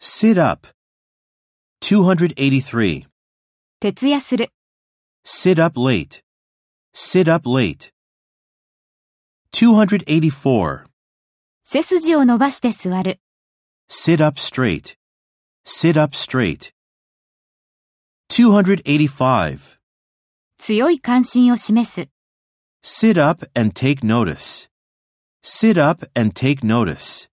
Sit up. 283. 徹夜する、 Sit up late. Sit up late. 284. 背筋を伸ばして座る、 Sit up straight. Sit up straight. 285. 強い関心を示す、 Sit up and take notice. Sit up and take notice.